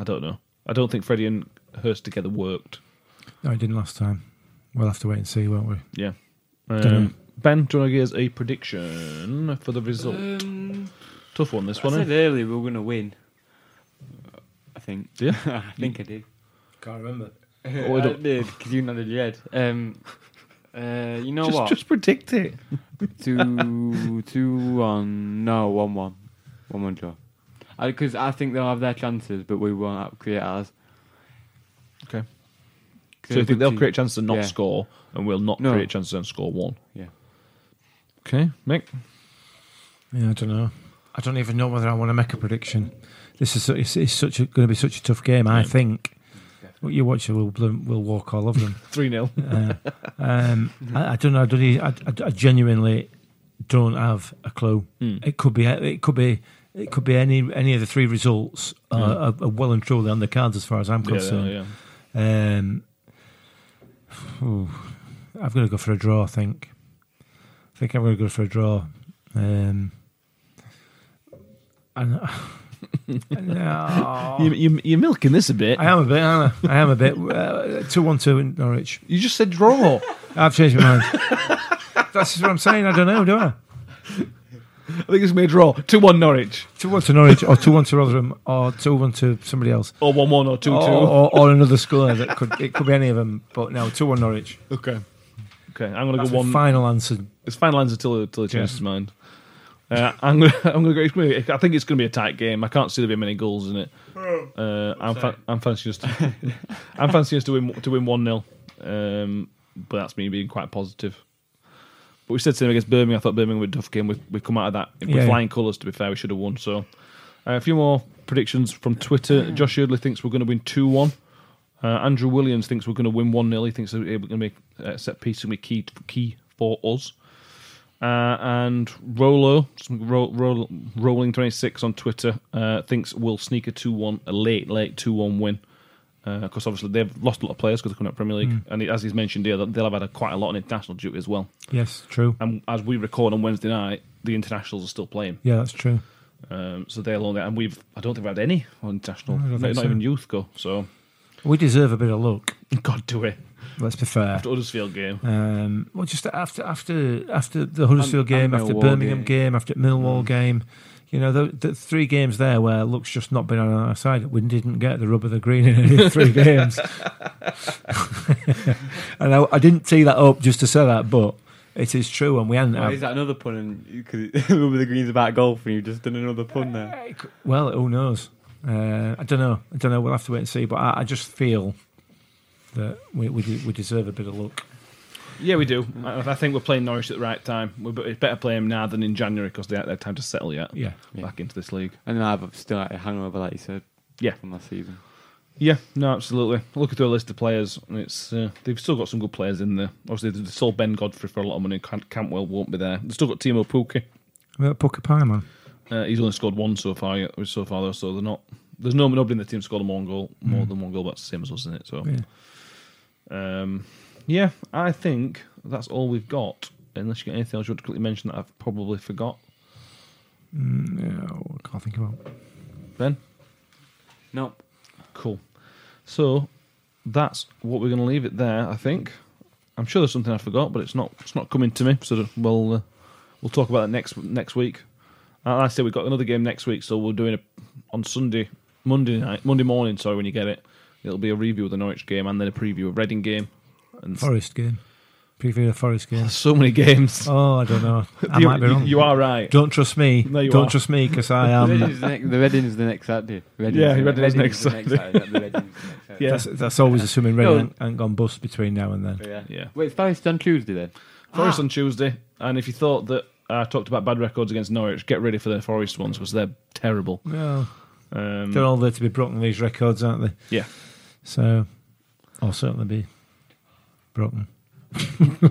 B: I don't know. I don't think Freddie and Hurst together worked.
C: No, he didn't last time. We'll have to wait and see, won't we?
B: Yeah.
C: Dunno.
B: Um, ben, do you want to give us a prediction for the result?
D: Um,
B: Tough one, this
D: I
B: one.
D: said
B: eh?
D: earlier we were going to win. I think.
B: Yeah.
D: I think I did.
C: Can't remember.
B: Oh, I
D: I
B: don't-
D: did because Uh, you nodded your head. Um, uh, you know
B: Just,
D: what?
B: just predict it.
D: two, two, one. No, one, one, one, one draw. Because I, think they'll have their chances, but we won't out- create ours.
B: Okay.
D: Cause
B: So you
D: it'll
B: think they'll
D: be-
B: create chances and not
D: yeah.
B: score, and we'll not
D: No.
B: create chances and score one.
D: Yeah.
B: Okay, Mick.
C: Yeah, I don't know. I don't even know whether I want to make a prediction. This is su- it's, it's such a, going to be such a tough game. I think what you watch will bloom- will walk all over them.
B: Three 0
C: Uh, um, I, I don't know. I, don't, e- I, I- I genuinely don't have a clue.
B: Hmm.
C: It could be. It could be. It could be any any of the three results are, are, are well and truly on the cards as far as I'm
B: Yeah, yeah,
C: concerned.
B: yeah.
C: Um, ooh, I've got to go for a draw. I think. I think I'm going to go for a draw. Um, and No.
B: You, you, you're milking this a bit.
C: I am a bit, aren't I? I am a bit. Uh, 2 1 2 in Norwich.
B: You just said draw.
C: I've changed my mind. That's what I'm saying. I don't know, do I?
B: I think it's made draw. 2 1 Norwich.
C: 2 1 to Norwich, or 2 1 to Rotherham, or 2 1 to somebody else.
B: Or 1 1 or 2 2.
C: Or, or, or another score that could it could be any of them, but no, two one Norwich.
B: Okay. Okay, I'm going to
C: That's
B: go
C: the
B: 1
C: final answer.
B: It's final answer till till he changes his mind. Uh, I'm gonna, I'm gonna go. It's gonna be, I think it's gonna be a tight game. I can't see there being many goals in it. Uh, I'm fa- I'm fancying us to I'm fancying us to win to win one 0 um, But that's me being quite positive. But we said same against Birmingham. I thought Birmingham were a tough game. We we come out of that with
C: Yeah.
B: flying colours. To be fair, we should have won. So uh, a few more predictions from Twitter. Josh Yardley thinks we're going to win two one. Uh, Andrew Williams thinks we're going to win one 0 He thinks that we're going to make uh, set piece going to be key key for us. Uh, and Rolo, some ro- ro- rolling twenty six on Twitter, uh, thinks we'll sneak a two one, a late late two one win. Because obviously they've lost a lot of players because they're coming out Premier League,
C: Hmm.
B: and as he's mentioned here, they'll have had a, quite a lot on international duty as well.
C: Yes, true.
B: And as we record on Wednesday night, the internationals are still playing,
C: Yeah, that's true.
B: um, so they're alone there. And we've I don't think we've had any on international,
C: No, I don't
B: not,
C: think
B: not
C: so.
B: even youth go. So
C: We deserve a bit of luck.
B: God do it,
C: Let's be fair.
B: the Huddersfield game.
C: Um, well, just after after after the Huddersfield
D: And-
C: game,
D: and
C: after
D: Millwall
C: Birmingham game.
D: game. Mm.
C: after Millwall game, you know, the, the three games there where luck's just not been on our side. We didn't get the rub of the green in any of the three games, and I, I didn't tee that up just to say that, but it is true, and we hadn't.
D: Well,
C: had-
D: is that another pun? And because remember the greens about golf, and you've just done another pun there.
C: Well, who knows? Uh, I don't know. I don't know. We'll have to wait and see. But I, I just feel that we we, de- we deserve a bit of luck.
B: Yeah, we do. I, I think we're playing Norwich at the right time. We it's better play them now than in January because they haven't had time to settle yet.
C: Yeah.
B: back into this league.
D: And then I've still had a hangover, like you said.
B: Yeah.
D: From last season.
B: Yeah, no, absolutely. Looking through a list of players, and it's uh, they've still got some good players in there. Obviously, they they sold Ben Godfrey for a lot of money. Camp- Campwell won't be there. They've still got Timo Pukki.
C: Well, Puka Pie, man.
B: Uh, he's only scored one so far, yet- so far though. So they're not. There's no nobody in the team scored one goal, more than one goal. That's the same as us, isn't it? So, yeah. Um, yeah, I think that's all we've got. Unless you got anything else you want to quickly mention that I've probably forgot,
C: No, oh, I can't think about.
B: Ben.
D: Nope.
B: Cool. So that's what we're going to leave it there. I think. I'm sure there's something I forgot, but it's not. It's not coming to me. So we'll uh, we'll talk about that next next week. Uh, like I say we've got another game next week, so we're doing a on Sunday, Monday night, Monday morning. Sorry, when you get it, it'll be a review of the Norwich game and then a preview of Reading game. And
C: Forest game. Preview the Forest game.
B: so many games.
C: Oh, I don't know. I
B: you,
C: might be
B: you-
C: wrong.
B: you are right.
C: Don't trust me.
B: No, you
C: don't
B: are.
C: trust me because I
D: The
C: am.
D: Reading's the next, the Reading's the next Saturday. Reading's
B: Yeah,
D: the
B: Reading's next
D: the
B: Saturday.
D: Saturday. The Reading's the next Saturday.
B: Yeah,
C: That's, that's always assuming Reading
D: No.
C: ain't- ain't gone bust between now and then.
D: Yeah.
B: Yeah.
D: Wait, it's Forest on Tuesday then.
C: Ah.
B: Forest on Tuesday. And if you thought that I talked about bad records against Norwich, get ready for the Forest ones because they're terrible.
C: Well,
B: Um,
C: they're all there to be broken, these records, aren't they?
B: Yeah.
C: So, I'll certainly be broken.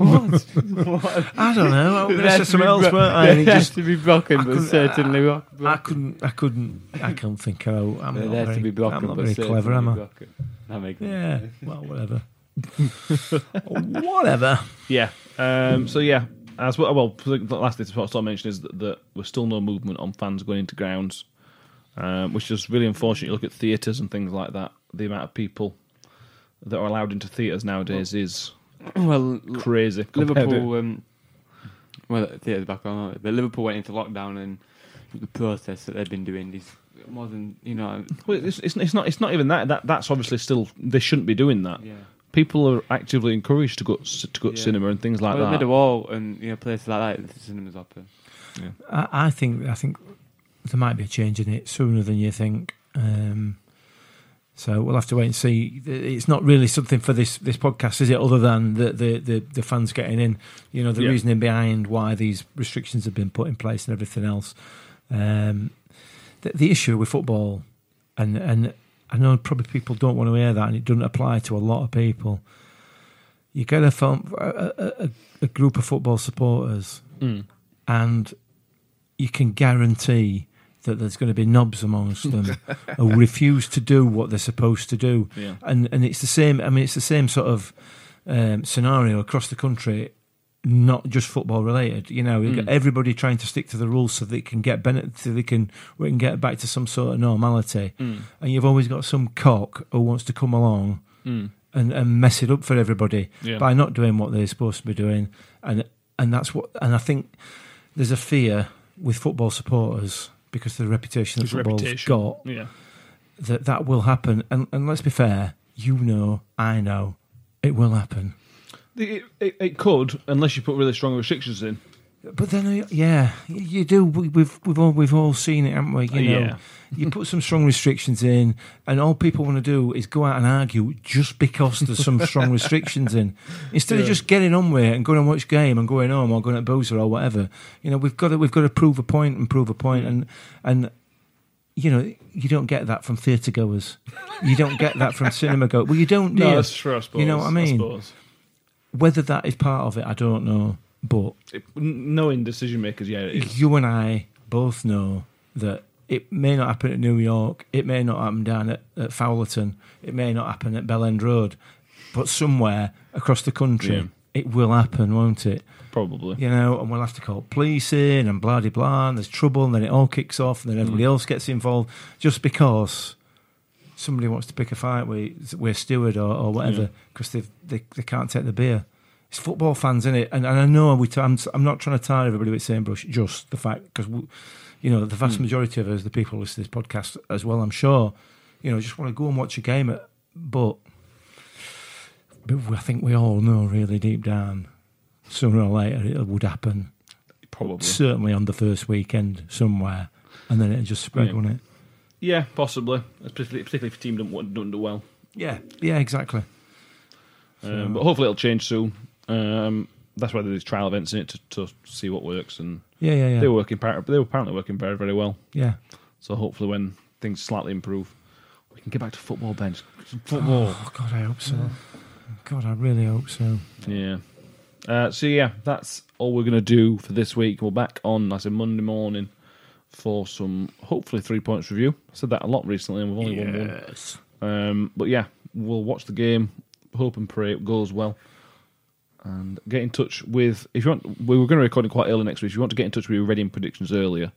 C: what? I don't know. I was going to say something else, weren't I? And it
D: They're
C: just,
D: to be broken,
C: I
D: but
C: couldn't-
D: certainly rock.
C: I couldn't. I couldn't. I can't think. Oh, I'm
D: They're
C: not
D: there
C: very,
D: to be
C: I'm
D: broken,
C: not
D: but
C: very
D: certainly
C: clever, am I?
D: broken. That makes sense.
C: Yeah. Well, whatever. whatever.
B: Yeah. Um, so yeah, as well. Well, the the last thing to sort of mention is that, that we're still no movement on fans going into grounds, um, which is really unfortunate. You look at theatres and things like that. The amount of people that are allowed into theatres nowadays is
D: Well, l-
B: crazy. compared to-
D: Liverpool. Um, well, the theatre's back on, aren't they? but Liverpool went into lockdown, and the process that they've been doing is more than you know.
B: Well, it's, it's, it's not. It's not even that. That that's obviously still. They shouldn't be doing that.
D: Yeah.
B: People are actively encouraged to go to go to
D: Yeah.
B: cinema and things like
D: well,
B: that.
D: Middlewall and you know places like that, the cinemas open.
C: I, I think. I think there might be a change in it sooner than you think. Um, so we'll have to wait and see. It's not really something for this, this podcast, is it? Other than the, the, the, the fans getting in, you know, the
B: Yeah.
C: reasoning behind why these restrictions have been put in place and everything else. Um, the, the issue with football, and and I know probably people don't want to hear that, and it doesn't apply to a lot of people. You get a film, a, a- a, a group of football supporters, and you can guarantee that there's going to be knobs amongst them who refuse to do what they're supposed to do,
B: Yeah.
C: and and it's the same. I mean, it's the same sort of um, scenario across the country not just football related. You know,
B: Mm.
C: you've got everybody trying to stick to the rules so they can get benefit, so they can we can get back to some sort of normality.
B: Mm.
C: And you've always got some cock who wants to come along and, and mess it up for everybody
B: Mm. Yeah.
C: by not doing what they're supposed to be doing. And and that's what. And I think there's a fear with football supporters because of the reputation that
B: His
C: football's
B: reputation.
C: got
B: Yeah.
C: that that will happen. And, and let's be fair, you know, I know, it will happen.
B: It, it, it could, unless you put really strong restrictions in.
C: But then, uh, yeah, y- you do. We- We've we've all we've all seen it, haven't we? You know,
B: Oh, Yeah.
C: you put some strong restrictions in, and all people want to do is go out and argue just because there's some strong restrictions in, instead of just getting on with it and going and watch game and going home or going to Boozer or whatever. You know, we've got to we've got to prove a point and prove a point, and and you know, you don't get that from theatre goers. You don't get that from cinema goers. Well, you don't. do
B: No,
C: you?
B: that's true, I suppose.
C: You know what I
B: I
C: mean?
B: suppose.
C: Whether that is part of it, I don't know, but.
B: It, n- knowing decision makers, yeah, it is.
C: you and I both know that it may not happen at New York, it may not happen down at, at Fowlerton, it may not happen at Bell End Road, but somewhere across the country
B: Yeah.
C: it will happen, won't it?
B: probably.
C: You know, and we'll have to call police in and blah de blah, and there's trouble, and then it all kicks off, and then everybody else gets involved just because somebody wants to pick a fight with, with a steward or, or whatever because they, they they can't take the beer. It's football fans, isn't it? And, and I know we. T- I'm I'm not trying to tire everybody with the same brush. Just the fact because you know the vast majority of us, the people who listen to this podcast as well, I'm sure, you know, just want to go and watch a game. At, but, but we- I think we all know really deep down, sooner or later it would happen.
B: Probably.
C: Certainly on the first weekend somewhere, and then it just spread,
B: Yeah.
C: wouldn't it?
B: Yeah, possibly. Particularly, particularly if the team don't, don't do well.
C: Yeah, yeah, exactly.
B: Um, but hopefully it'll change soon. Um, that's why there's trial events in it to, to see what works, and
C: Yeah, yeah, yeah.
B: they were working. par- They were apparently working very, very well.
C: Yeah.
B: So hopefully, when things slightly improve, we can get back to football bench.
C: Oh God, I hope so. God, I really hope so.
B: Yeah. Uh, so yeah, that's all we're gonna do for this week. We're back on, like I said, Monday morning for some hopefully three points review. I said that a lot recently, and we've only won one. Um, but yeah, we'll watch the game. Hope and pray it goes well. And get in touch with if you want. We were going to record it quite early next week. If you want to get in touch with your Reading predictions earlier,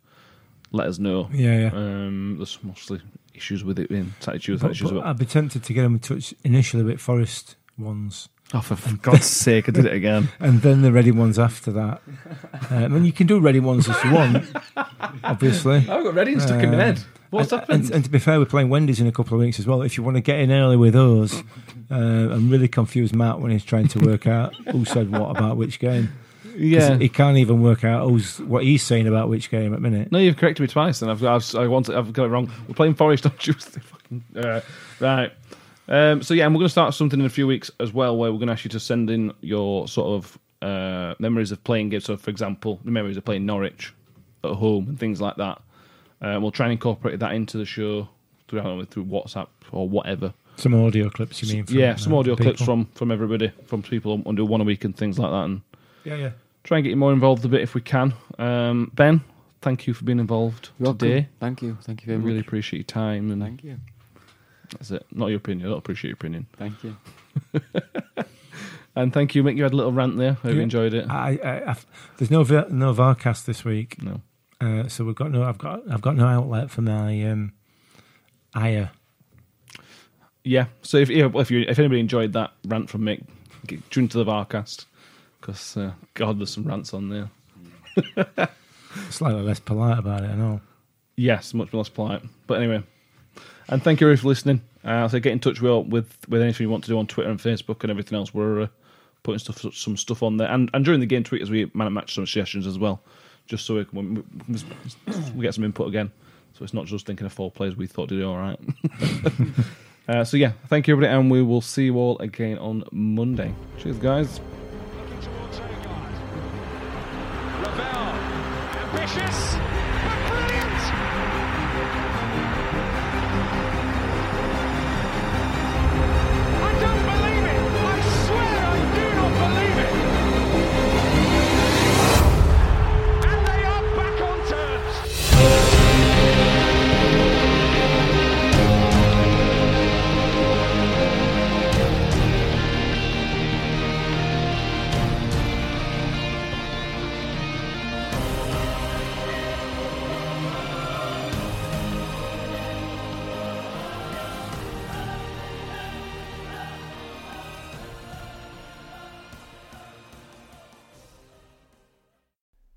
B: let us know.
C: Yeah, yeah.
B: Um, there's mostly issues with it in attitude.
C: But-
B: issues
C: but
B: about.
C: I'd be tempted to get them in touch initially with Forest ones,
B: Oh, for God's sake! I did it again.
C: and then the Ready ones after that. Um, and you can do Ready ones if you want, obviously.
B: I've got Reading stuck in my
C: Uh,
B: head. What's
C: and,
B: happened?
C: And, and to be fair, we're playing Wendy's in a couple of weeks as well. If you want to get in early with us, uh, I'm really confused Matt when he's trying to work out who said what about which game. 'Cause
B: yeah.
C: he can't even work out who's what he's saying about which game at the minute.
B: No, you've corrected me twice, and I've I've, I want to, I've got it wrong. We're playing Forest on Tuesday. Fucking uh, right. Um, so yeah, and we're going to start something in a few weeks as well, where we're going to ask you to send in your sort of uh, memories of playing games. So, for example, the memories of playing Norwich at home and things like that. Uh, we'll try and incorporate that into the show through through WhatsApp or whatever.
C: Some audio clips, you mean? From,
B: yeah, some
C: uh,
B: audio clips
C: people.
B: from from everybody, from people under one a week and things like that, and
C: Yeah, yeah.
B: try and get you more involved a bit if we can. Um, ben, thank you for being involved today.
D: Thank you. Thank you
B: We
D: very
B: really
D: much.
B: appreciate your time, and
D: Thank you.
B: that's it. Not your opinion. I don't appreciate your opinion.
D: Thank you.
B: And thank you, Mick. You had a little rant there. I hope you
C: Yeah.
B: enjoyed it.
C: I, I, I've, there's no vi- no Varcast this week,
B: No.
C: uh, so we've got no. I've got I've got no outlet for my um, ire.
B: Yeah. So if yeah, if you if anybody enjoyed that rant from Mick, get, tune to the Varcast because uh, God, there's some rants on there.
C: Slightly less polite about it, I know.
B: Yes, much less polite. But anyway, and thank you everybody for listening. Uh, so get in touch with with with anything you want to do on Twitter and Facebook and everything else. We're uh, putting stuff some stuff on there, and and during the game, tweet as we man match some suggestions as well, just so we, can, we, we get some input again. So it's not just thinking of four players we thought did all right. uh, so yeah, thank you everybody, and we will see you all again on Monday. Cheers, guys.
A: towards Odegaard. Ravel, ambitious, but brilliant! I don't believe it! I swear I do not believe it! And they are back on terms!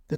E: The